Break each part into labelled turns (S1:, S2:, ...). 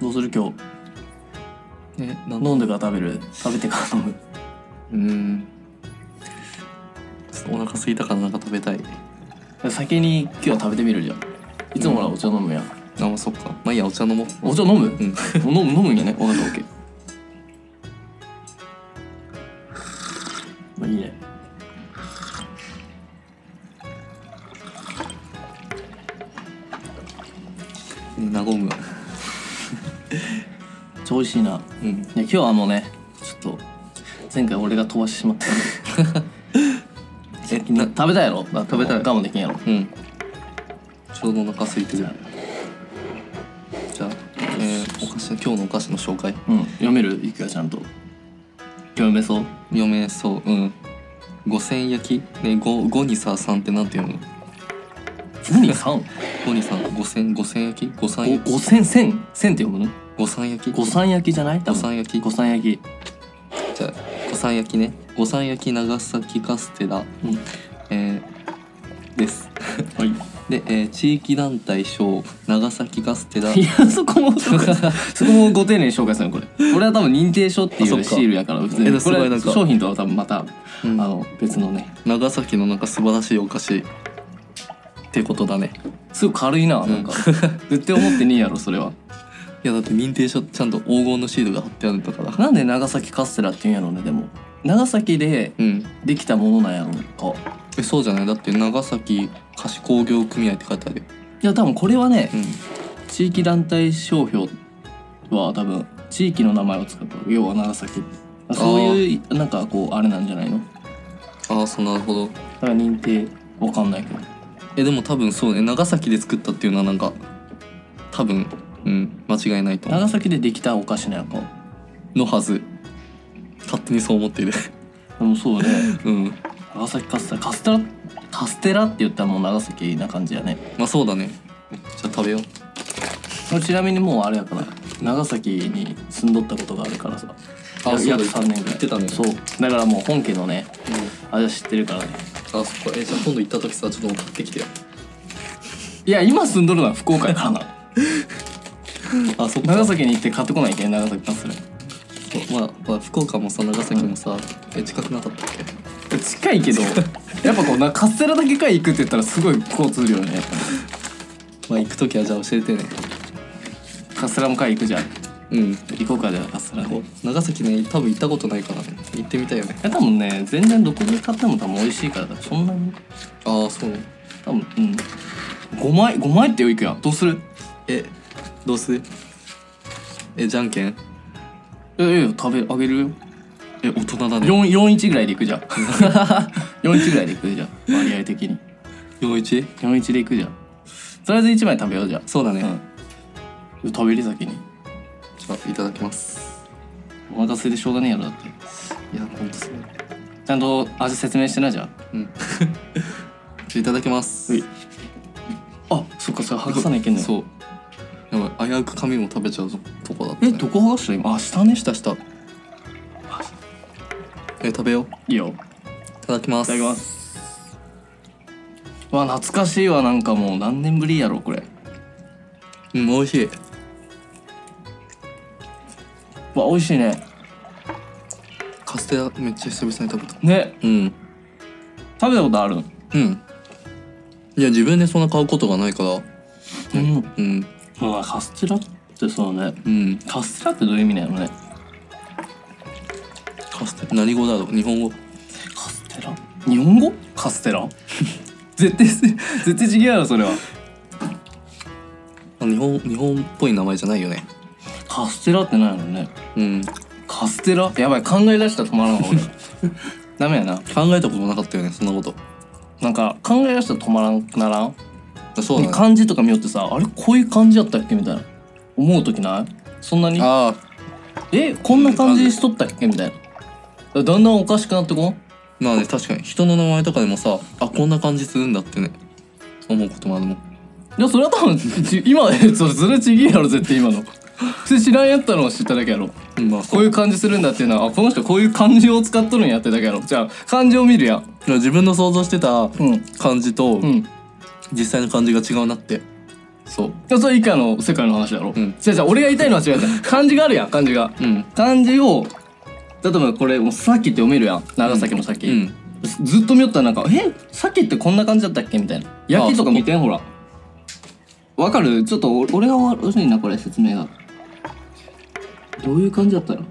S1: どうする今
S2: え
S1: 日
S2: なんだ
S1: 飲んでから食べる食べてから飲む
S2: うーんちょっとお腹空いたからなんか食べたい
S1: 先に今日は食べてみるじゃんいつもほらお茶飲むやん、
S2: あまあそっかまあいいやお茶飲もう
S1: お茶飲む、
S2: うん
S1: 飲む飲むんや ね分かった OK まあいいね
S2: ね和む
S1: 超美味しいな
S2: うん
S1: いや今日はもうねちょっと前回俺が飛ばしてし まった
S2: え
S1: な食べたいやろだ
S2: 食べたい
S1: 我慢できんやろ
S2: うんちょうどお腹空いてるじゃあ、えーお菓子の今日のお菓子の紹介
S1: うん読めるいくらちゃんと今日読め そう
S2: 読めそううん五千焼きね五五にさ三ってなんて読む
S1: 何3
S2: 五にさ五千五千焼き五三焼
S1: 五
S2: き
S1: 千千千って読むの
S2: 五三焼き
S1: 五三焼きじゃない多
S2: 五
S1: 分
S2: 三焼き
S1: 五三焼き
S2: じゃあ五三焼きね五三焼き長崎カステラ、
S1: うん
S2: えーです
S1: はい
S2: で、えー地域団体賞長崎カステラ
S1: いやそこも そこもご丁寧に紹介するのこれこれは多分認定書ってい
S2: あそっ
S1: う
S2: か
S1: シールやから普通
S2: えで
S1: に
S2: もす
S1: こ
S2: ごい
S1: れ
S2: なんか
S1: 商品とは多分またあ
S2: うん
S1: の別のね
S2: 長崎のなんか素晴らしいお菓子ってことだね
S1: すごい軽いななんか絶対思ってねえやろそれはい
S2: やだって認定書ちゃんと黄金のシールが貼ってあるんだから
S1: なんで長崎カステラって言うんやろうねでも長崎で
S2: うん
S1: できたものなんやろうか
S2: えそうじゃないだって長崎菓子工業組合って書いてあるよ
S1: いや多分これはね
S2: うん
S1: 地域団体商標は多分地域の名前を使った要は長崎そういうなんかこうあれなんじゃないのだ
S2: ああそうなるほど
S1: から認定わかんないけど
S2: えでも多分そうね長崎で作ったっていうのはなんか多分うん間違いないと思う
S1: 長崎でできたお菓子なんやか
S2: のはず勝手にそう思っている
S1: でもそうね
S2: うん
S1: 長崎カステラカステラカステラって言ったらもう長崎な感じやね
S2: まあそうだねじゃあ食べよう
S1: ちなみにもうあれやから長崎に住んどったことがあるからさ
S2: あ
S1: 約
S2: そうだ
S1: 約3年ぐらい
S2: 言ってたね
S1: そうだからもう本家のねあれは知ってるからね
S2: あそっかえじゃあ今度行った時さちょっと買ってきてよ
S1: いや今住んどるのは福岡やからな
S2: あそっか
S1: 長崎に行って買ってこないけん長崎カステラ
S2: まあ、まあ、福岡もさ長崎もさ、え近くなかったっけ
S1: 近いけどやっぱこうなカステラだけかい行くって言ったらすごい交通量ね
S2: まあ行く時はじゃあ教えてね
S1: カステラも買い行くじゃん
S2: うん
S1: 行こうかじゃあカステラで
S2: 長崎ね多分行ったことないからね行ってみたいよね
S1: え多分ね全然どこで買っても多分美味しいからそんなに
S2: ああそうね
S1: 多分うん5枚5枚ってよいくやんどうする
S2: えどうするえじゃんけん
S1: いやいやいや食べあげるよ
S2: え大人だね
S1: 41ぐらいでいくじゃん41ぐらいでいくじゃん割合的に
S2: 41
S1: 41でいくじゃんとりあえず1枚食べようじゃん
S2: そうだね、
S1: うん食べる先に
S2: じゃあいただきます
S1: お腹空いてしょうがねえやろだって
S2: いやほんとそう
S1: ちゃんと味説明してなじゃん
S2: うんじゃあいただきます
S1: はいあそっかそれ剥がさないけんのよ
S2: そうやばい危うく髪も食べちゃうぞとこだった、
S1: え
S2: ね、
S1: どこ剥がした今あ下ね
S2: 下下え食べよう
S1: いいよい
S2: いただきます
S1: ただきますわ懐かしいわなんかもう何年ぶりやろこれ
S2: うん美味しい
S1: わ美味しいね
S2: カステラめっちゃ久々に食べた
S1: ね
S2: うん
S1: 食べたことある
S2: うんいや自分でそんな買うことがないから
S1: うん
S2: うん
S1: まあカステラってそうね
S2: うん
S1: カステラってどういう意味なのね
S2: カステラ何語だろう日本語
S1: カステラ日本語カステラ 絶対せ絶対違うやろそれは
S2: あ日本日本っぽい名前じゃないよね
S1: カステラってないのね
S2: うん
S1: カステラやばい考え出したら止まらんわ 俺ダメやな
S2: 考えたことなかったよねそんなこと
S1: なんか考え出したら止まらんくならん
S2: あそうだね
S1: 漢字とか見よってさあれこういう感じやったっけみたいな思う時ないそんなに
S2: ああ
S1: えこんな感じしとったっけみたいなだんだんおかしくなってこん
S2: まあね確かに人の名前とかでもさあこんな感じするんだってね思うこともあるもん
S1: いやそれは多分ち今 えそれそれちげえやろ絶対今のそれ知らんやったのを知っただけやろ
S2: うんまあそ
S1: こ
S2: う
S1: ういう感じするんだっていうのはあこの人こういう漢字を使っとるんやってだけやろじゃあ漢字を見るやん
S2: いや自分の想像してた
S1: うん
S2: 感じと
S1: うん
S2: 実際の感じが違うなってそう
S1: でもそれ以下の世界の話だろ。
S2: うん
S1: じゃあじゃあ俺が言いたいのは違うじゃん。漢字があるやん、漢字が。
S2: うん
S1: 漢字を、例えばこれ、もうさっきって読めるやん。長崎の先。
S2: うん
S1: ずっと見よったらなんか、えさっきってこんな感じだったっけみたいな。焼きとか見てん、ほら。わかるちょっとお俺が悪いな、これ説明が。どういう感じだったのちょっ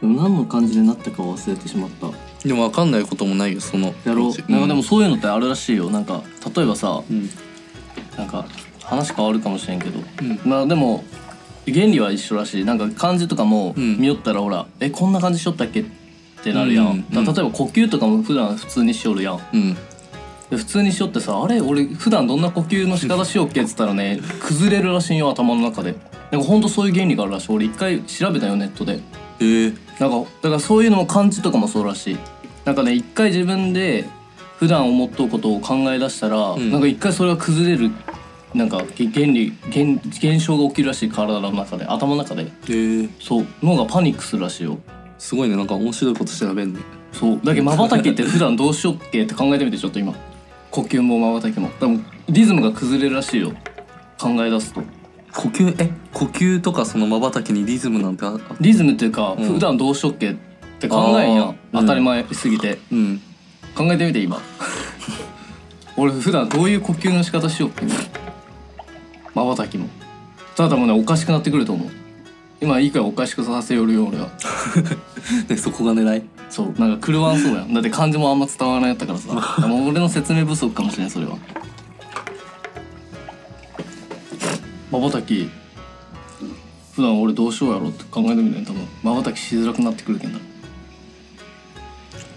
S1: と、でも何の感じになったか忘れてしまった。
S2: でも分かんないこともないよその
S1: やろ
S2: う
S1: う。なんかでもそういうのってあるらしいよ。なんか、例えばさ、
S2: うん
S1: なんか話変わるかもしれんけど、
S2: うん
S1: まあでも原理は一緒らしいなんか漢字とかも
S2: うん
S1: 見よったらほら、えこんな感じしよったっけってなるやん、
S2: うんうん
S1: だから例えば呼吸とかも普段普通にしよるやん
S2: うん
S1: で普通にしよってさあれ俺普段どんな呼吸の仕方しよっけっつったらね崩れるらしいよ頭の中でなんかほんとそういう原理があるらしい俺一回調べたよネットで
S2: えー、
S1: なんかだからそういうのも漢字とかもそうらしいなんかね一回自分で普段思っとうことを考え出したら、
S2: ん
S1: なんか一回それが崩れるなんかげ原理現現象が起きるらしい体の中で頭の中で
S2: えー、
S1: そう脳がパニックするらしいよ
S2: すごいねなんか面白いこと調べんね
S1: そうだけどまばたきって普段どうしよっけって考えてみてちょっと今呼吸もまばたきもでもリズムが崩れるらしいよ考え出すと
S2: 呼吸え呼吸とかそのまばたきにリズムなんてああ
S1: リズムっていうか、
S2: ん
S1: 普段どうしよっけって考えんやん、
S2: あーうん
S1: 当たり前すぎて
S2: うん
S1: 考えてみて今 俺普段どういう呼吸の仕方しようってまばたきもただもうねおかしくなってくると思う今いいからおかしくさせよるよ俺は
S2: でそこが狙い
S1: そうなんか狂わんそうやんだって漢字もあんま伝わらないやったからさもう俺の説明不足かもしれんそれはまばたき普段俺どうしようやろって考えてみてね多分まばたきしづらくなってくるけんだ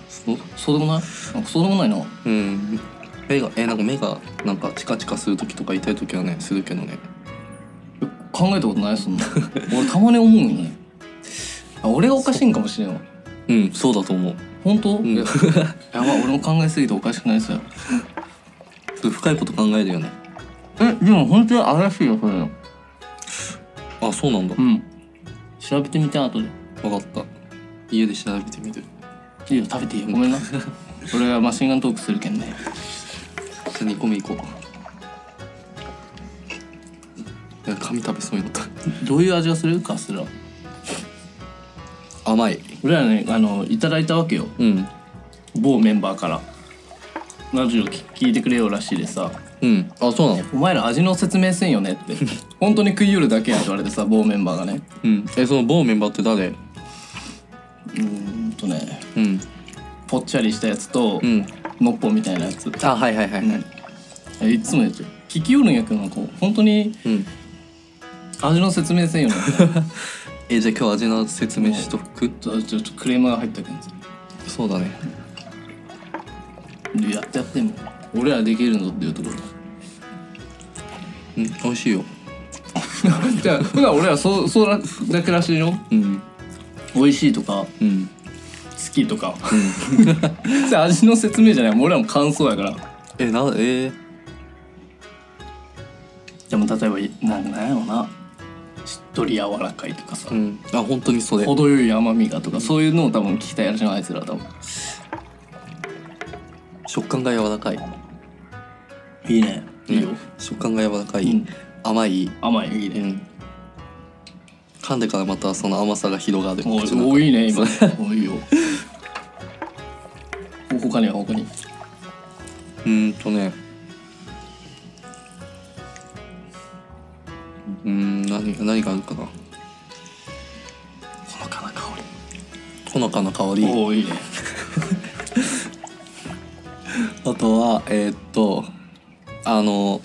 S2: そう
S1: そうでもないなんかそうでもないな
S2: うん目がえなんか目がなんかチカチカする時とか痛い時はねするけどね
S1: 考えたことないそんな俺たまに思うんよねあ俺がおかしいんかもしれんわ
S2: うんそうだと思う
S1: 本当、
S2: ん
S1: いややばい俺も考えすぎておかしくないですよ
S2: それ深いこと考えるよね
S1: えでも本当に怪しいよそれ
S2: あそうなんだ
S1: うん調べてみて後で
S2: 分かった家で調べてみる
S1: いいよ食べていいよご めんな俺がマシンガントークするけんね
S2: じゃあ2個目いこういや髪食べそうになった
S1: どういう味がするかすら
S2: 甘い
S1: 俺らねあのいただいたわけよ
S2: うん
S1: 某メンバーからラジオ聞いてくれよらしいでさ
S2: うんあそうなの
S1: お前ら味の説明せんよねって 本当に食い寄るだけやって言われてさ某メンバーがね
S2: うんえその某メンバーって誰
S1: うーんとね
S2: うん
S1: ぽっちゃりしたやつと、
S2: うん
S1: のっぽみたいなやつ、
S2: あはいはいはいはい
S1: えいつもやってる聞きよるんやけどなんか本当に
S2: うん
S1: 味の説明せ んよね
S2: えじゃあ今日味の説明しとく
S1: ちょちょちょクレームが入ったけどさ
S2: そうだね
S1: やってやっても俺らできるのっていうところ
S2: うん美味しいよ
S1: じゃあ普段俺らそうそうらだけらしいよ
S2: うん
S1: 美味しいとか
S2: うん
S1: 好きとか、 それ味の説明じゃないもう俺らも感想やから
S2: えなえー
S1: でも例えばなんなんやろうなしっとり柔らかいとかさ、
S2: うんあ本当にそれ
S1: 程よい甘みがとかそういうのを多分聞きたいやつじゃんあいつらは多分
S2: 食感が柔らかい
S1: いいねいいよ、
S2: うん食感が柔らかい、
S1: うん
S2: 甘い、
S1: 甘いいいうね、
S2: ん、噛んでからまたその甘さが広がる
S1: おい
S2: 口の中
S1: おいいね今 おいいよお他には他に
S2: うーんとねうーん何何があるかな
S1: ほのかな香
S2: ほのかな香
S1: り
S2: り
S1: おおいいね
S2: あとはえーっとあの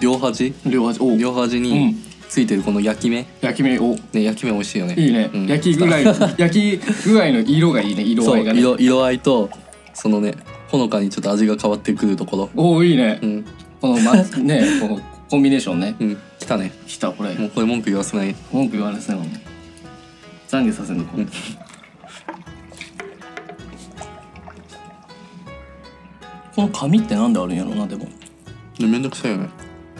S2: 両端
S1: 両端お
S2: 両端
S1: う
S2: に
S1: ん
S2: ついてるこの焼き目
S1: 焼き目お
S2: ね焼き目美味しいよね
S1: いいね、
S2: うん
S1: 焼き 具合焼き具合の色がいいね色
S2: そ
S1: 合
S2: う
S1: いがね
S2: 色色合いとそのねほのかにちょっと味が変わってくるところ
S1: おおいいね、
S2: うん
S1: このまねこのコンビネーションね
S2: うん来たね
S1: きたこれ
S2: もうこれ文句言わせない
S1: 文句言われそうやもん懺悔させんのこう この紙ってなんであるんやろなでも
S2: ねめんどくさいよね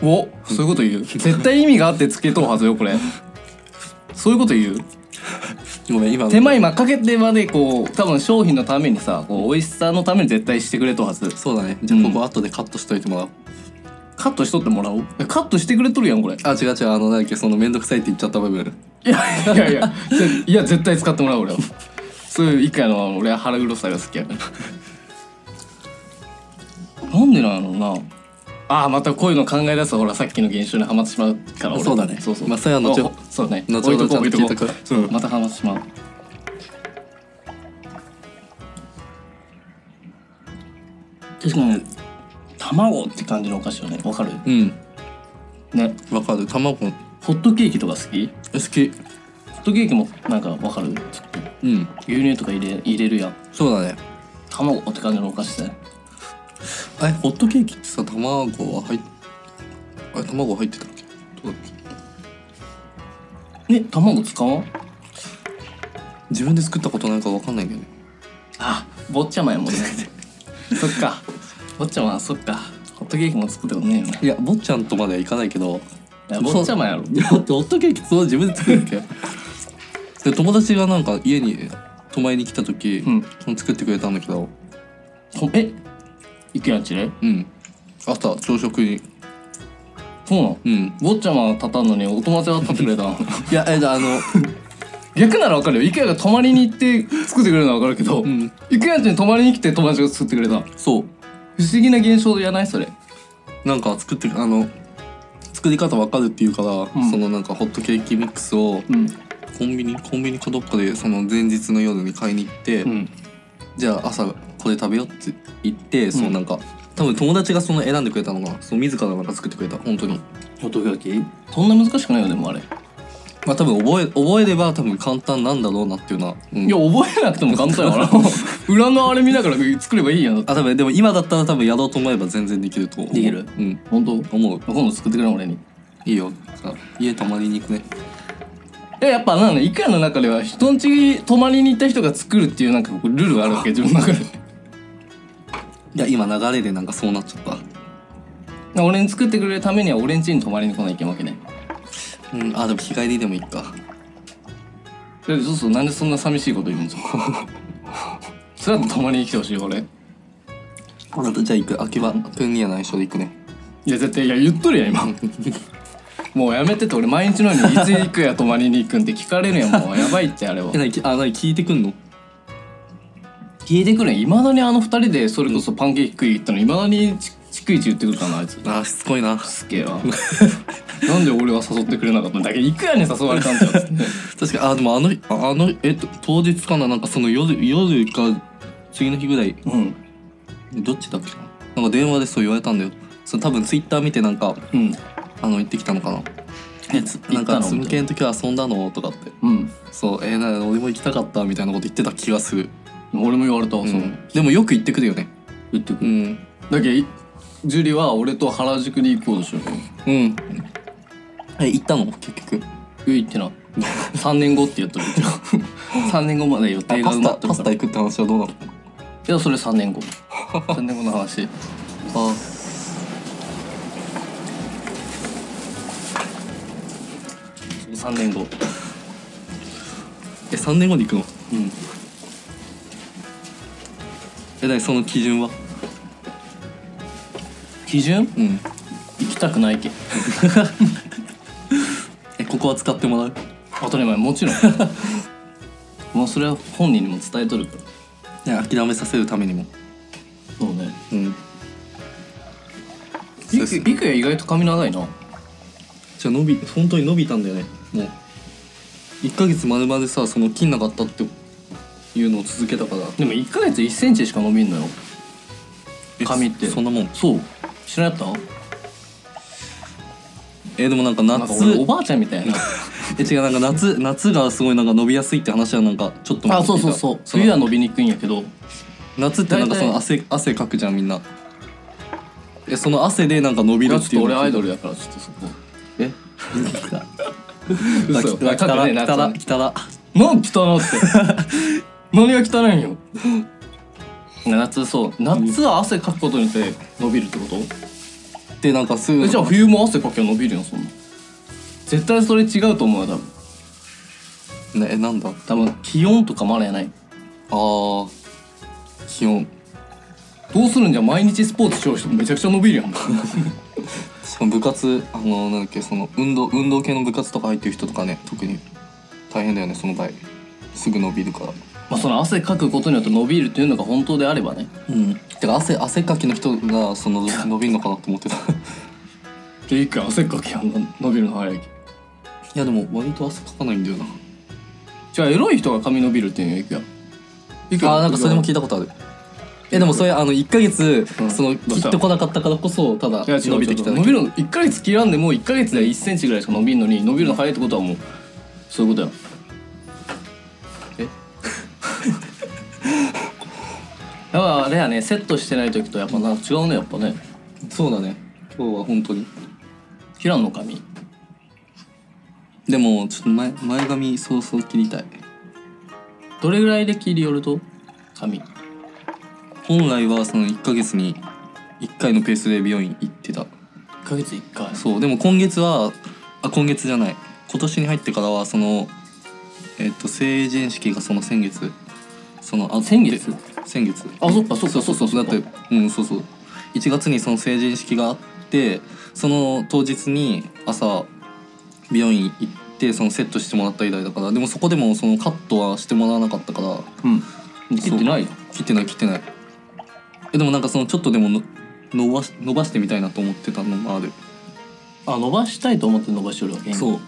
S1: おそう いうこと言う絶対意味があってつけとうはずよこれそういうこと言う
S2: ごめん今の
S1: 手間暇かけてまでこう多分商品のためにさこう美味しさのために絶対してくれとはず
S2: そうだねじゃあ
S1: うん
S2: ここ後でカットしといてもらおう、
S1: カットしとってもらおうえカットしてくれとるやんこれ
S2: あ違う違うあのなんだっけその面倒くさいって言っちゃった部分
S1: いやいやいやぜいや絶対使ってもらう俺はそういう以下の俺は腹黒さが好きやからなんでなのなああまたこういうの考え出すとほらさっきの現象にはまってしまうから俺
S2: そうだね
S1: そうそう
S2: まあそれは後ほ
S1: おそうね
S2: 後ほ
S1: 置
S2: ど
S1: いとこう置いとこ
S2: ちゃんと聞いとく
S1: うそうまたはまってしまう確かに卵って感じのお菓子よねわかる
S2: うん
S1: ね
S2: わかる卵好
S1: ホットケーキとか好き
S2: き
S1: ホットケーキもなんかわかる
S2: うん
S1: 牛乳とか入れ入れるやん
S2: そうだね
S1: 卵って感じのお菓子だよ
S2: あれホットケーキってさ卵は入っあれ卵入ってたっけどうだっけ
S1: え卵使わん
S2: 自分で作ったことないからわかんないけどね
S1: あ坊ちゃまやもんね そっか坊ちゃまそっかホットケーキも作ったことねえよない
S2: や坊ちゃんとまではいかないけど
S1: いや坊ちゃまやろ
S2: いやだってホットケーキそう自分で作るわけで友達がなんか家に泊まりに来た時、
S1: うん
S2: その作ってくれたんだけど
S1: ほえいくやんちね
S2: うん朝朝食に
S1: そうなの
S2: うん
S1: 坊ちゃまは立たんのにお友達が立ってくれ たの
S2: いやえだあの
S1: 逆ならわかるよいくやが泊まりに行って作ってくれるのはわかるけど、
S2: うん
S1: いくやんちに泊まりに来て友達が作ってくれた不
S2: そ
S1: 思議な現象じゃないそれ
S2: うなんか作ってあの作り方わかるっていうから、
S1: うん
S2: そのなんかホットケーキミックスを
S1: うん
S2: コンビニコンビニかどっかでその前日の夜に買いに行って、
S1: うん
S2: じゃあ朝これ食べようって言って、そのなんか多分友達がその選んでくれたのがその自らなんか作ってくれた本当に
S1: ホットケーキそんな難しくないよでもあれ
S2: まあ多分覚え覚えれば多分簡単なんだろうなっていうのは、うん
S1: いや覚えなくても簡単やから裏のあれ見ながら作ればいいやん
S2: あ多分でも今だったら多分やろうと思えば全然できると思う
S1: できる
S2: うん
S1: 本当
S2: 思う
S1: 今度作ってくれ俺に
S2: いいよじゃあ家泊まりに行くね
S1: えやっぱなんだイカの中では人んち泊まりに行った人が作るっていうなんかこうルールがあるわけ自分の中で
S2: いや今流れでなんかそうなっちゃった
S1: 俺に作ってくれるためには俺んちに泊まりに来なきゃいけんわけね
S2: うんあでも日帰りでもいい
S1: だ
S2: か
S1: ってそうそうなんでそんな寂しいこと言うんですかそれだと泊まりに来てほしいよ俺い
S2: あとじゃあ行く秋葉君には内緒で行くね
S1: や絶対いや言っとるやん今もうやめてって俺毎日のように「いつ行くや泊まりに行くん」って聞かれるやんもうやばいってあれは
S2: えなにあなに聞いてくんの
S1: 聞いてくるいまだにあの二人でそれこそパンケーキ食い行ったのいまだにち逐一言ってくるからな あいつ
S2: あーしつこいな
S1: すげえななんで俺は誘ってくれなかったんだ けどいくやね誘われたんだよっつって
S2: 確かにあでもあの日ああのえっと当日かななんかその夜夜か次の日ぐらい
S1: うん
S2: どっちだっけななんか電話でそう言われたんだよその多分ツイッター見てなんか
S1: うん
S2: あの行ってきたのかな
S1: えつ
S2: なんか「つ
S1: つ
S2: むけの時は遊んだの?」とかって
S1: うん
S2: 「そうえー、な俺も行きたかった」みたいなこと言ってた気がする、
S1: 俺も言われたわ、
S2: う、
S1: そうん
S2: でもよく言ってくるよね
S1: 言ってく
S2: う
S1: る
S2: ん
S1: だけどいジュリは俺と原宿に行こうとしよ
S2: うんえ行ったの結局
S1: うよ言ってな 3年後って言っとるけど3年後まで予
S2: あ
S1: 定が
S2: パ
S1: 埋
S2: ス
S1: ま
S2: タ
S1: って
S2: パ
S1: る
S2: ス
S1: か
S2: タ
S1: らい
S2: 行くって話はどうなの
S1: やそれ3年後 3年後の話
S2: あ
S1: 3年後
S2: え3年後に行くの
S1: うん
S2: えなにその基準は
S1: 基準
S2: うん
S1: 行きたくないけ
S2: えここは使ってもらう
S1: 当たり前もちろんもうそれは本人にも伝えとるから
S2: ね諦めさせるためにも
S1: そうね
S2: うん
S1: ビクビクや意外と髪長いな
S2: じゃあ伸び本当に伸びたんだよねもう1ヶ月まるまるさその切んなかったっていうのを続けたから
S1: でも1ヶ月1センチしか伸びんのよ
S2: え
S1: 髪って
S2: そんなもん
S1: そう知らなかっ
S2: えでもなんか
S1: た
S2: 夏
S1: なんか俺おばあちゃんみたい な
S2: え違うなんか夏夏がすごいなんか伸びやすいって話はなんかちょっと前に聞いた
S1: 冬は伸びにくいんやけど
S2: 夏ってなんかその汗汗かくじゃんみんなえその汗でなんか伸び
S1: い
S2: る
S1: や
S2: っ
S1: ちょって
S2: い
S1: と
S2: う
S1: 俺アイ
S2: ド
S1: ドルやからちょっとそこ
S2: ルえ
S1: 嘘よ
S2: 来
S1: か
S2: た
S1: く
S2: ら
S1: ね
S2: 来たら
S1: 夏
S2: 来たら
S1: なん汚って 何が汚いんよ夏そう夏は汗かくことによって伸びるってこと、
S2: でなんかすぐ
S1: えじゃあ冬も汗かきゃ伸びるよそんな絶対それ違うと思うよ多分
S2: なえなんだあ
S1: 多分気温とかもあるやない
S2: ー気温
S1: どうするんじゃ毎日スポーツしよう人めちゃくちゃ伸びるやん
S2: しかも部活あのなんだっけその運動運動系の部活とか入ってる人とかね特に大変だよねその場合すぐ伸びるから
S1: まあその汗かくことによって伸びるっていうのが本当であればね
S2: うんてか汗汗かきの人がその伸びるのかなと思ってたい
S1: で一回汗かきやんな伸びるの早いけ
S2: やでも割と汗かかないんだよな
S1: じゃあエロい人が髪伸びるっていうのよいくやいくや
S2: あーなんかそれも聞いたことあるえでもそれあの1ヶ月、
S1: うん
S2: その
S1: どうし
S2: 切
S1: た
S2: ってこなかったからこそただ
S1: いや違う
S2: 伸びてきた
S1: 違う
S2: だ
S1: 伸
S2: け
S1: びるの1ヶ月切らんでもう1ヶ月で1センチぐらいしか伸びんのに伸びるの早いってことはもうそういうことやえ やっぱあれやねセットしてない時とやっぱなんか違うねやっぱね
S2: そうだね今日は本当に
S1: 切らんの髪
S2: でもちょっと前前髪そうそう切りたい
S1: どれぐらいで切り寄ると髪
S2: 本来はその1ヶ月に1回のペースで美容院行ってた
S1: 1ヶ月1回
S2: そうでも今月はあ今月じゃない今年に入ってからはそのえっと成人式がその先月そのあ
S1: 先月
S2: で先月
S1: あそっかそっか
S2: そうそうそうだってうんそうそう1月にその成人式があってその当日に朝美容院行ってそのセットしてもらった以来だからでもそこでもそのカットはしてもらわなかったから
S1: うん切ってないよ
S2: 切ってない切ってないえでもなんかそのちょっとでもの伸ばし伸ばしてみたいなと思ってたのもある
S1: あ伸ばしたいと思って伸ばしてるわけね
S2: そう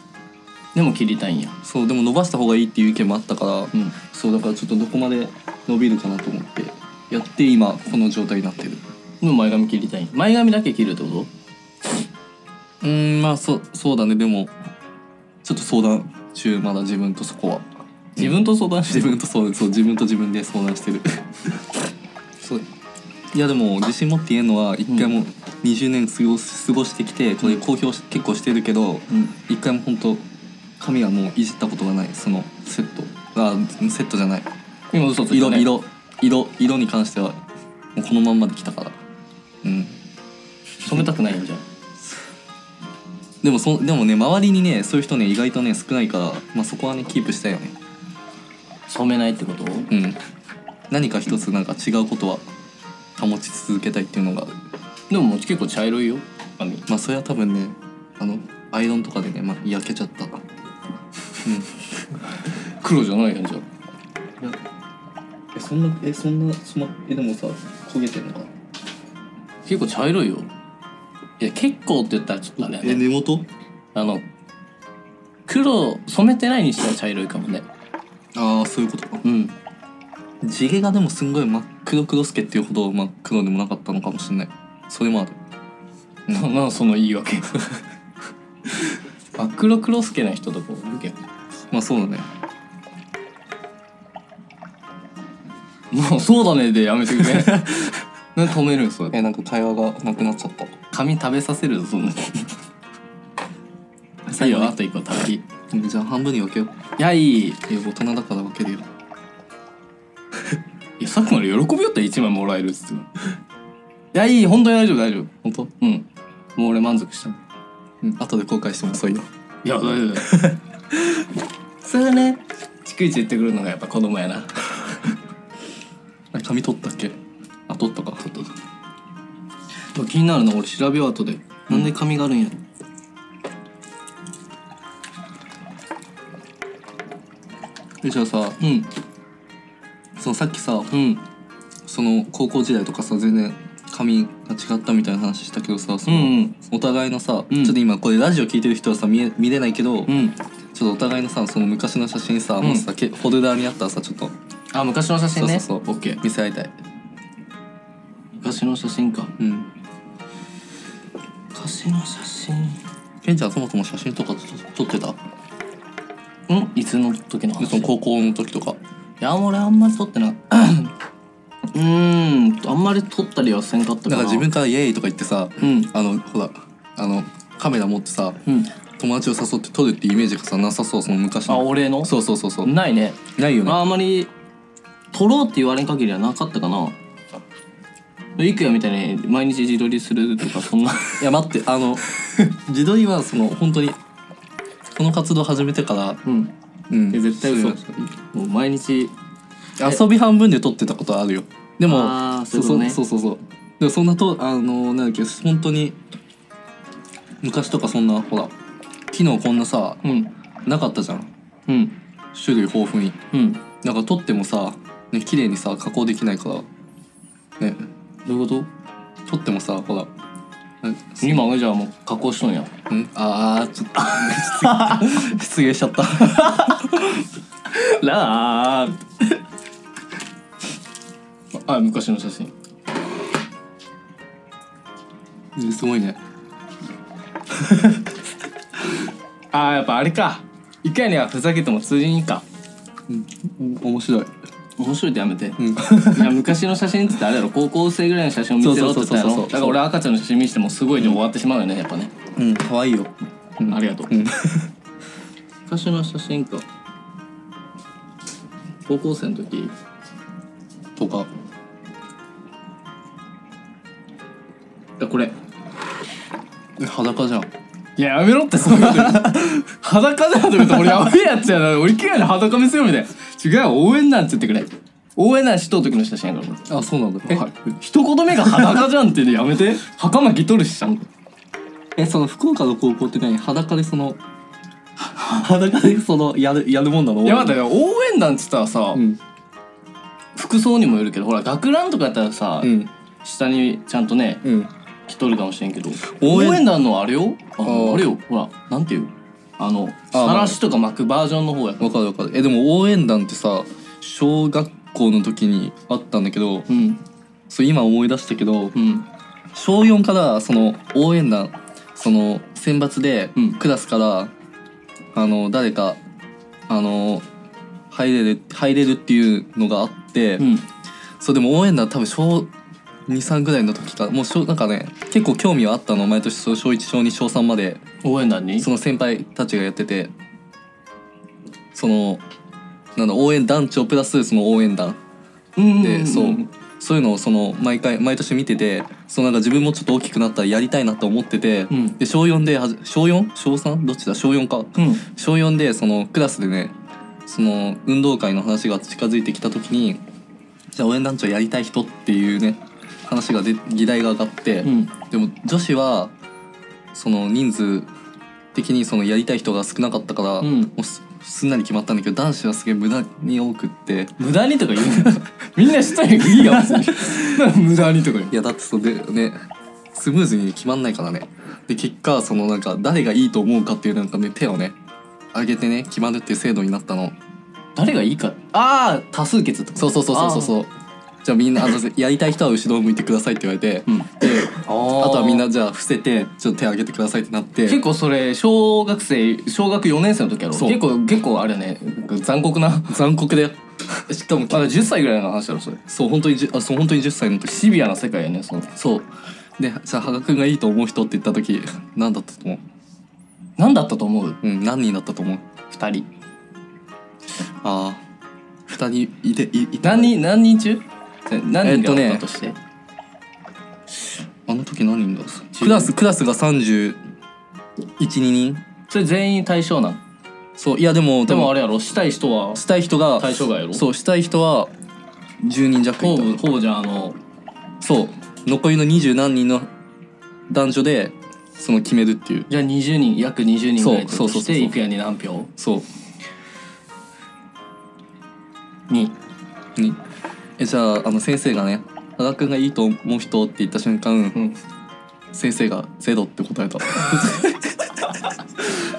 S1: でも切りたいんや
S2: そうでも伸ばした方がいいっていう意見もあったから、
S1: うん
S2: そうだからちょっとどこまで伸びるかなと思ってやって今この状態になってる
S1: でも前髪切りたいん前髪だけ切るってこと
S2: うーんまあそそうだねでもちょっと相談中まだ自分とそこは
S1: 自分と相談して
S2: 自分とそうそう自分と自分で相談してる そういやでも自信持って言えるのは一回も20年過ごす過ごしてきてこれ公表し結構してるけど
S1: うん
S2: 一回も本当髪はもういじったことがないそのセットあセットじゃない
S1: 今嘘ついた
S2: 色
S1: ね
S2: 色色色に関してはもうこのまんまできたからうん
S1: 染めたくないんじゃん
S2: でもそでもね周りにねそういう人ね意外とね少ないから、まあ、そこはねキープしたいよね
S1: 染めないってこと
S2: うん何か一つなんか違うことは保ち続けたいっていうのがある
S1: でももう結構茶色いよ髪
S2: まあそれは多分ねあのアイロンとかでね、まあ、焼けちゃった
S1: 黒じゃないやんじゃん
S2: えそんなえそんなそまえでもさ焦げてんのか
S1: 結構茶色いよいや結構って言ったらちょっとあれや
S2: え
S1: ね
S2: 根元
S1: あの黒染めてないにしては茶色いかもね
S2: ああそういうことか
S1: うん
S2: 地毛がでもすんごい真っ黒黒助っていうほど真っ黒でもなかったのかもしれないそれもある
S1: ななんその言い訳真っ黒黒助な人とかおるけど
S2: まあそうだね
S1: もうそうだねでやめてくれなんで止めるんそれ
S2: えなんか会話がなくなっちゃった
S1: 髪食べさせるぞそんな最後あと一個食べい
S2: じゃあ半分に分けよう
S1: やいい
S2: え大人だから分けるよ
S1: いやさっきまで喜びよったら1枚もらえるっつっていやいい本当に大丈夫大丈夫
S2: 本当
S1: うんもう俺満足したい
S2: うん後で後悔しても遅いよ
S1: や大丈夫それね逐一言ってくるのがやっぱ子供やな
S2: あれ髪取ったっけあ取ったか取った
S1: 気になるな俺調べよう後で、なんで髪があるんやろ
S2: えじゃあさ
S1: うん
S2: そのさっきさ
S1: うん
S2: その高校時代とかさ全然髪が違ったみたいな話したけどさその、
S1: うん
S2: お互いのさ、
S1: うん
S2: ちょっと今これラジオ聞いてる人はさ見え見れないけ
S1: うん
S2: ど、
S1: うん
S2: ちょっとお互いのさその昔の写真さ、もうさけフォルダーにあったらさちょっと
S1: あ昔の写真ね
S2: そうそうそう
S1: オッケー
S2: 見せ合いたい
S1: 昔の写真か
S2: うん
S1: 昔の写真
S2: ケンちゃんそもそも写真とか撮撮ってた
S1: うんいつの時の話
S2: その高校の時とか
S1: いや俺あんまり撮ってなうーんあんまり撮ったりはせんかったか
S2: だからら自分から「イエーイ!」とか言ってさ、
S1: うん
S2: あのほらあのカメラ持ってさ、
S1: うん
S2: 友達を誘って撮るってイメージがさなさそうその昔
S1: あ
S2: の
S1: 俺の
S2: そうそうそうそう
S1: ないね
S2: ないよね
S1: ああまり取ろうって言われん限りはなかったかな幾くやみたいに毎日自撮りするとかそんな
S2: いや待って あの自撮りはその本当にこの活動始めてから
S1: うん
S2: うん
S1: いや絶対嘘
S2: そ
S1: もう毎日
S2: う遊び半分で撮ってたことあるよでも
S1: あー
S2: そう
S1: そういうことね
S2: そうそうそうでもそんなとあのなんだっけ本当に昔とかそんなほら昨日こんなさ
S1: うん
S2: なかったじゃん
S1: うん
S2: 種類豊富に
S1: うんど
S2: なんか撮ってもさね綺麗にさ加工できないからね
S1: ういうこと
S2: 撮ってもさほら
S1: 今じゃあもう加工しとんや
S2: うんああちょっと失礼しちゃった
S1: ラーあ昔の写真
S2: うんすごいね
S1: あーやっぱあれかいかにはふざけても通じにいいか
S2: うん面白い
S1: 面白いってやめて、
S2: ん
S1: いや昔の写真っつってあれやろ高校生ぐらいの写真を見せろって言ったや
S2: そうそうそうそ
S1: ろだか
S2: うそう
S1: ら俺赤ちゃんの写真見せてもすごいで終わってしまうよねやっぱね、
S2: うん可愛いよ
S1: ありがとう、
S2: ん
S1: 昔の写真か高校生の時
S2: とか
S1: あこれ
S2: え裸じゃん
S1: いややめろってそういうこと 言う裸だよとか言うと俺やばいやつやな俺嫌いな裸見せようみたいな違うよ応援団っつってくれ応援団しとう時の写真やから
S2: あそうなんだ
S1: え、
S2: はい
S1: 一言目が裸じゃんっていうのやめて袴着とるしちゃんと
S2: えその福岡の高校って何裸でその 裸でそのやるやるもんなの
S1: いや待ってよ応援団っつったらさ、
S2: うん
S1: 服装にもよるけどほら学ランとかやったらさ、
S2: うん
S1: 下にちゃんとね
S2: うん
S1: 着とるかもしれんけど
S2: 応
S1: 応
S2: 援
S1: 援団のあれよあの
S2: あー
S1: あれよほらなんていうあの
S2: あー
S1: さらしとか巻くバージョンの方や
S2: わかるわかるえでも応援団ってさ小学校の時にあったんだけど
S1: うん
S2: そう今思い出したけど
S1: うん
S2: 小4からその応援団その選抜で
S1: うん
S2: クラスから、あの誰かあの入れる入れるっていうのがあって、
S1: うん
S2: そうでも応援団多分小23ぐらいの時かもう小なんかね結構興味はあったの毎年そう小1小2小3まで
S1: 応援団に
S2: その先輩たちがやっててそのなんだ応援団長プラスその応援団
S1: うん
S2: で、そうそういうのをその毎回毎年見ててそのなんか自分もちょっと大きくなったらやりたいなと思ってて、
S1: うん
S2: で小4ではじ小 4? 小 3? どっちだ小4か
S1: うん
S2: 小4でそのクラスでねその運動会の話が近づいてきた時にじゃあ応援団長やりたい人っていうね話がで議題が上がって、
S1: うん
S2: でも女子はその人数的にそのやりたい人が少なかったから、
S1: うん
S2: もうすすんなり決まったんだけど男子はすげえ無駄に多くって
S1: 無駄にとか言うな みんなしたいいいよ別に 無駄にとか言う
S2: いやだってそれねスムーズに決まんないからねで結果そのなんか誰がいいと思うかっていうなんかね手をね上げてね決まるっていう制度になったの
S1: 誰がいいかああ多数決ってこと
S2: そうそうそうそうそうそうじゃあみんなあのやりたい人は後ろを向いてくださいって言われて、
S1: うん
S2: で
S1: あ
S2: あ
S1: ー
S2: とはみんなじゃあ伏せてちょっと手上げてくださいってなって
S1: 結構それ小学生小学4年生の時やろ
S2: そう
S1: 結構結構あれね残酷な
S2: 残酷だよしかも
S1: まだ10歳ぐらいの話やろそれ
S2: そう本当にじゅあそう本当に10歳の時
S1: シビアな世界やねその
S2: そうでじゃあ羽賀君がいいと思う人って言った時何だったと思う
S1: 何だったと思う
S2: うん何人だったと思う
S1: 2人
S2: ああ2人いていいた
S1: 何人何人中何人が
S2: えっとね
S1: あったとして、
S2: あの時何人だクラスクラスが312人
S1: それ全員対象なん
S2: そういやでも
S1: でもあ
S2: れ
S1: れやろしたい人は
S2: したい人が
S1: 対象外やろ
S2: そうしたい人は10人弱
S1: ほ
S2: いた
S1: ぼほぼじゃああの
S2: そう残りの二十何人の男女でその決めるっていう
S1: じゃあ20人約20人ぐらい
S2: そ
S1: と
S2: うそうそうそう
S1: していくやに何票
S2: そ
S1: に
S2: うにえじゃああの先生がね「羽賀君がいいと思う人」って言った瞬間、
S1: ん
S2: 先生が「ゼロ」って答えた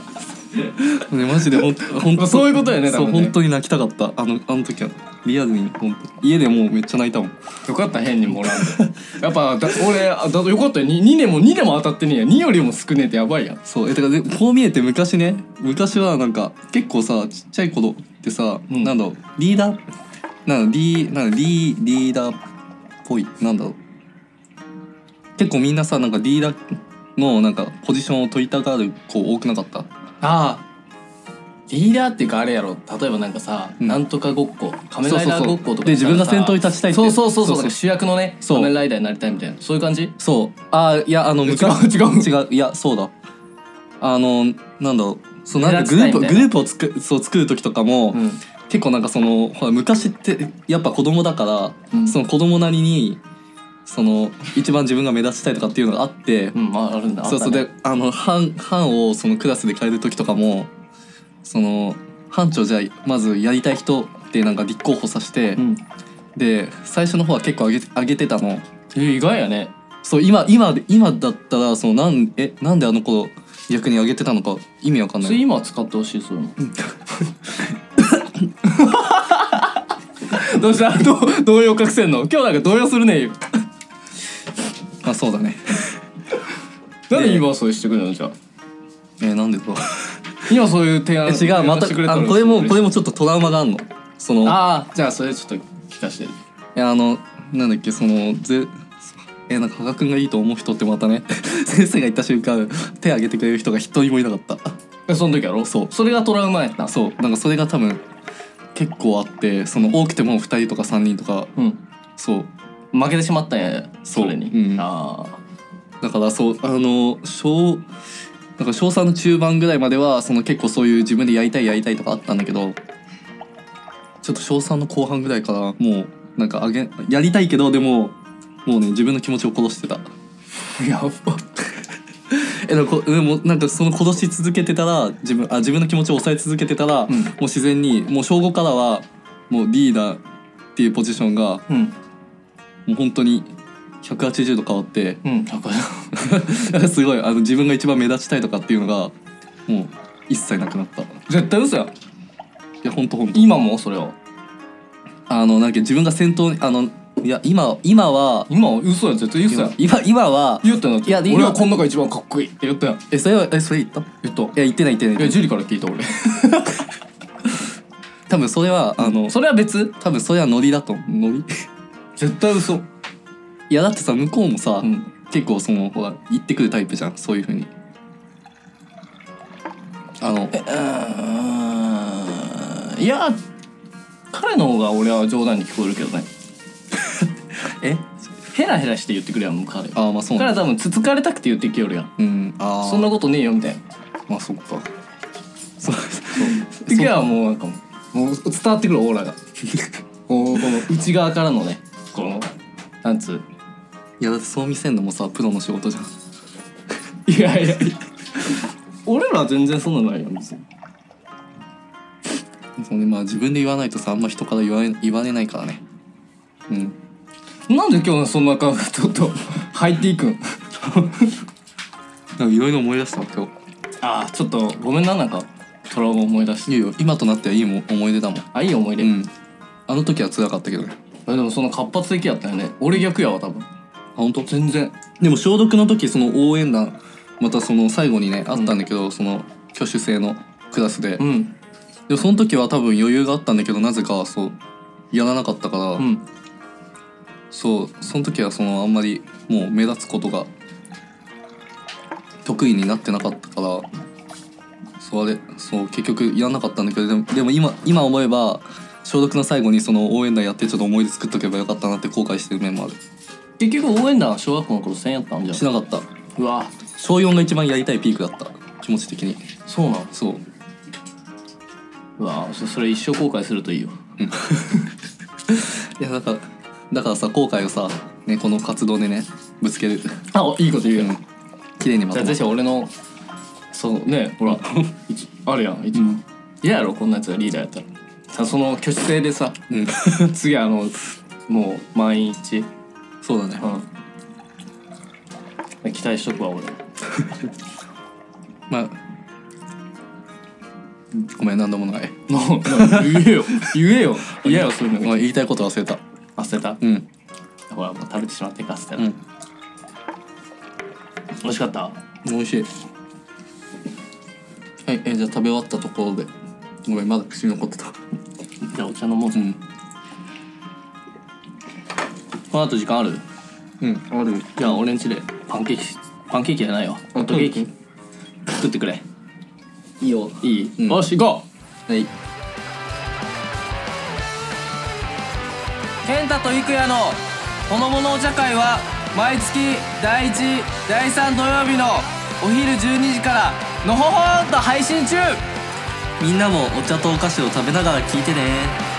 S2: ねマジでほんほんと
S1: そういうことやね
S2: そう
S1: 多分ね
S2: 本当に泣きたかったあのあの時はリアルに本当家でもうめっちゃ泣いたもん
S1: よかった変にもらうんで やっぱだ俺あだよかったよ 2, 2年も2年も当たってねえや2よりも少ねえってやばいやん
S2: そうえてかでこう見えて昔ね昔はなんか結構さちっちゃい子ってさ、
S1: うん
S2: なんだろうリーダーなんだリーなんだリーリーダーっぽいなんだろう結構みんなさなんかリーダーのなんかポジションを取りたがる子多くなかった
S1: ああリーダーっていうかあれやろ例えばなんかさ、
S2: うん
S1: なんとかごっこ仮面ライダーごっことか
S2: そうそうそうで自分が先頭に
S1: に
S2: 立ちたいって
S1: そうそうそうそ
S2: そう
S1: う
S2: そう
S1: 主役のね
S2: そう
S1: 仮面ライダーになりたいみたいなそういう感じ
S2: そうあーいやあの
S1: 違う
S2: 昔
S1: 違う
S2: 違ういやそうだあのなんだろうそうなんかグループグループを作そう作る時とかも、
S1: うん
S2: 結構なんかそのほら昔ってやっぱ子供だから、
S1: うん
S2: その子供なりにその一番自分が目立ちたいとかっていうのがあって、
S1: うんまああるんだ
S2: そうそう
S1: あっ
S2: であの班班をそのクラスで変える時とかもその班長じゃあまずやりたい人ってなんか立候補させて、
S1: たね
S2: で最初の方は結構上げ上げてたの。
S1: うんえ意外やね
S2: そう今今今だったらそのなんえなんであの頃逆に上げてたのか意味わかんな
S1: それ
S2: い。
S1: 今使ってほしいそういうの どうしたどう動揺隠せんの今日なんか動揺するねよ
S2: あそうだね。
S1: なんで今はそうしてくれるのじゃあ
S2: えなんでだろう。
S1: 今そういう提案
S2: え違うまたあのこれもこれもちょっとトラウマがあるのそのあ
S1: ああじゃあそれちょっと聞かせて
S2: あのなんだっけそのぜえなんか羽賀君がいいと思う人ってまたね 先生が言った瞬間手挙げてくれる人が一人もいなかった
S1: えその時やろ
S2: そう
S1: それがトラウマやった
S2: そうなんかそれが多分結構あってその多くても2人とか3人とか
S1: うん
S2: そう
S1: 負けてしまったんや
S2: そう
S1: それに、
S2: うん
S1: ああ
S2: だからそうあの小なんか小3の中盤ぐらいまではその結構そういう自分でやりたいやりたいとかあったんだけどちょっと小3の後半ぐらいからもうなんかあげやりたいけどでももうね自分の気持ちを殺してた
S1: やば
S2: えでもこでもなんかその殺し続けてたら自分あ自分の気持ちを抑え続けてたら、
S1: ん
S2: もう自然にもう小5からはもうリーダーっていうポジションが
S1: うん
S2: もう本当に180度変わって
S1: うんだから
S2: なんかすごいあの自分が一番目立ちたいとかっていうのがもう一切なくなったい
S1: 絶対嘘や
S2: やほんとほんと
S1: 今もそれは
S2: あのなんか自分が先頭にあのいや今今は
S1: 今は嘘や絶対嘘や
S2: 今今は
S1: 言ったよだって
S2: いやで
S1: 俺は
S2: 今
S1: この中一番かっこいいって言ったやん
S2: えそれはえそれ言ったい
S1: 言ったい
S2: や言ってない言ってない
S1: やジュリから聞いた 俺
S2: 多分それはあの
S1: それは別
S2: 多分それはノリだと思うノリ
S1: 絶対嘘
S2: いやだってさ向こうもさ、
S1: うん
S2: 結構そのほら言ってくるタイプじゃんそういうふうにあの
S1: いや彼の方が俺は冗談に聞こえるけどね
S2: え
S1: ヘラヘラして言ってくれやんもう彼
S2: あまあそう
S1: 彼
S2: な
S1: は
S2: んだ
S1: 多分つつかれたくて言ってきよるやん
S2: うんあー
S1: そんなことねえよみたいな
S2: まあそっかそう
S1: いやもうなんかもうもう伝わってくるオーラ がもうこの内側からのねこのなんつう
S2: いやだってそう見せんのもさプロの仕事じゃん
S1: いやいやいや俺らは全然そんなのないよ別に
S2: そうねまあ自分で言わないとさあんま人から言われ言われないからねうん
S1: なんで今日そんな顔ちょっと入っていくん
S2: なんかいろいろ思い出した今
S1: ああちょっとごめんななんかトラウマ思い出し
S2: 日
S1: て
S2: いやいや今となってはいいも思い出だもん
S1: あいい思い出、
S2: うんあの時は辛かったけどね
S1: えでもその活発的やったよね俺逆やわ多分
S2: あ本当
S1: 全然
S2: でも消毒の時その応援団またその最後にねあったんだけど、その挙手制のクラスで、
S1: うん
S2: でその時は多分余裕があったんだけどなぜかそうやらなかったから、
S1: うん
S2: そうその時はそのあんまりもう目立つことが得意になってなかったからそうあれそう結局やんなかったんだけどでもでも今今思えば消毒の最後にその応援団やってちょっと思い出作っとけばよかったなって後悔してる面もある
S1: 結局応援団は小学校の頃1000やったんじ
S2: し
S1: ゃん
S2: なかった
S1: うわ
S2: 小4が一番やりたいピークだった気持ち的に
S1: そうなん
S2: そう
S1: うわそそれ一生後悔するといいよ
S2: いやだからだからさ後悔をさ、ね、この活動でねぶつける
S1: あおいいこと言う
S2: う
S1: よ、
S2: ん綺麗にま
S1: じゃあ
S2: とま
S1: ぜ
S2: る
S1: ひ俺のそうねほら 一あるやん一番嫌、やろこんなやつがリーダーやったらさその挙手制でさ
S2: うん
S1: 次あのもう満員一致
S2: そうだね
S1: うん期待しとくわ俺
S2: まあごめん何でもない
S1: のの言えよ言えよ言えよそういう
S2: ま
S1: の
S2: あ言いたいこと忘れた
S1: 忘れた
S2: うん
S1: ほらもう食べてしまってかすって、
S2: うん
S1: 美味しかった
S2: 美味しいはいえーじゃあ食べ終わったところでごめんまだ口に残ってた
S1: じゃあお茶飲もう、
S2: うん
S1: この後時間ある
S2: うんある
S1: じゃあ俺ん家でパンケーキパンケーキじゃないわホットケーキ作ってくれ
S2: いいよ
S1: いい、
S2: うん
S1: よし行こ
S2: はい
S1: う健太と郁也のほのぼのお茶会は毎月第1第3土曜日のお昼12時から
S3: のほほんと配信中
S2: みんなもお茶とお菓子を食べながら聞いてね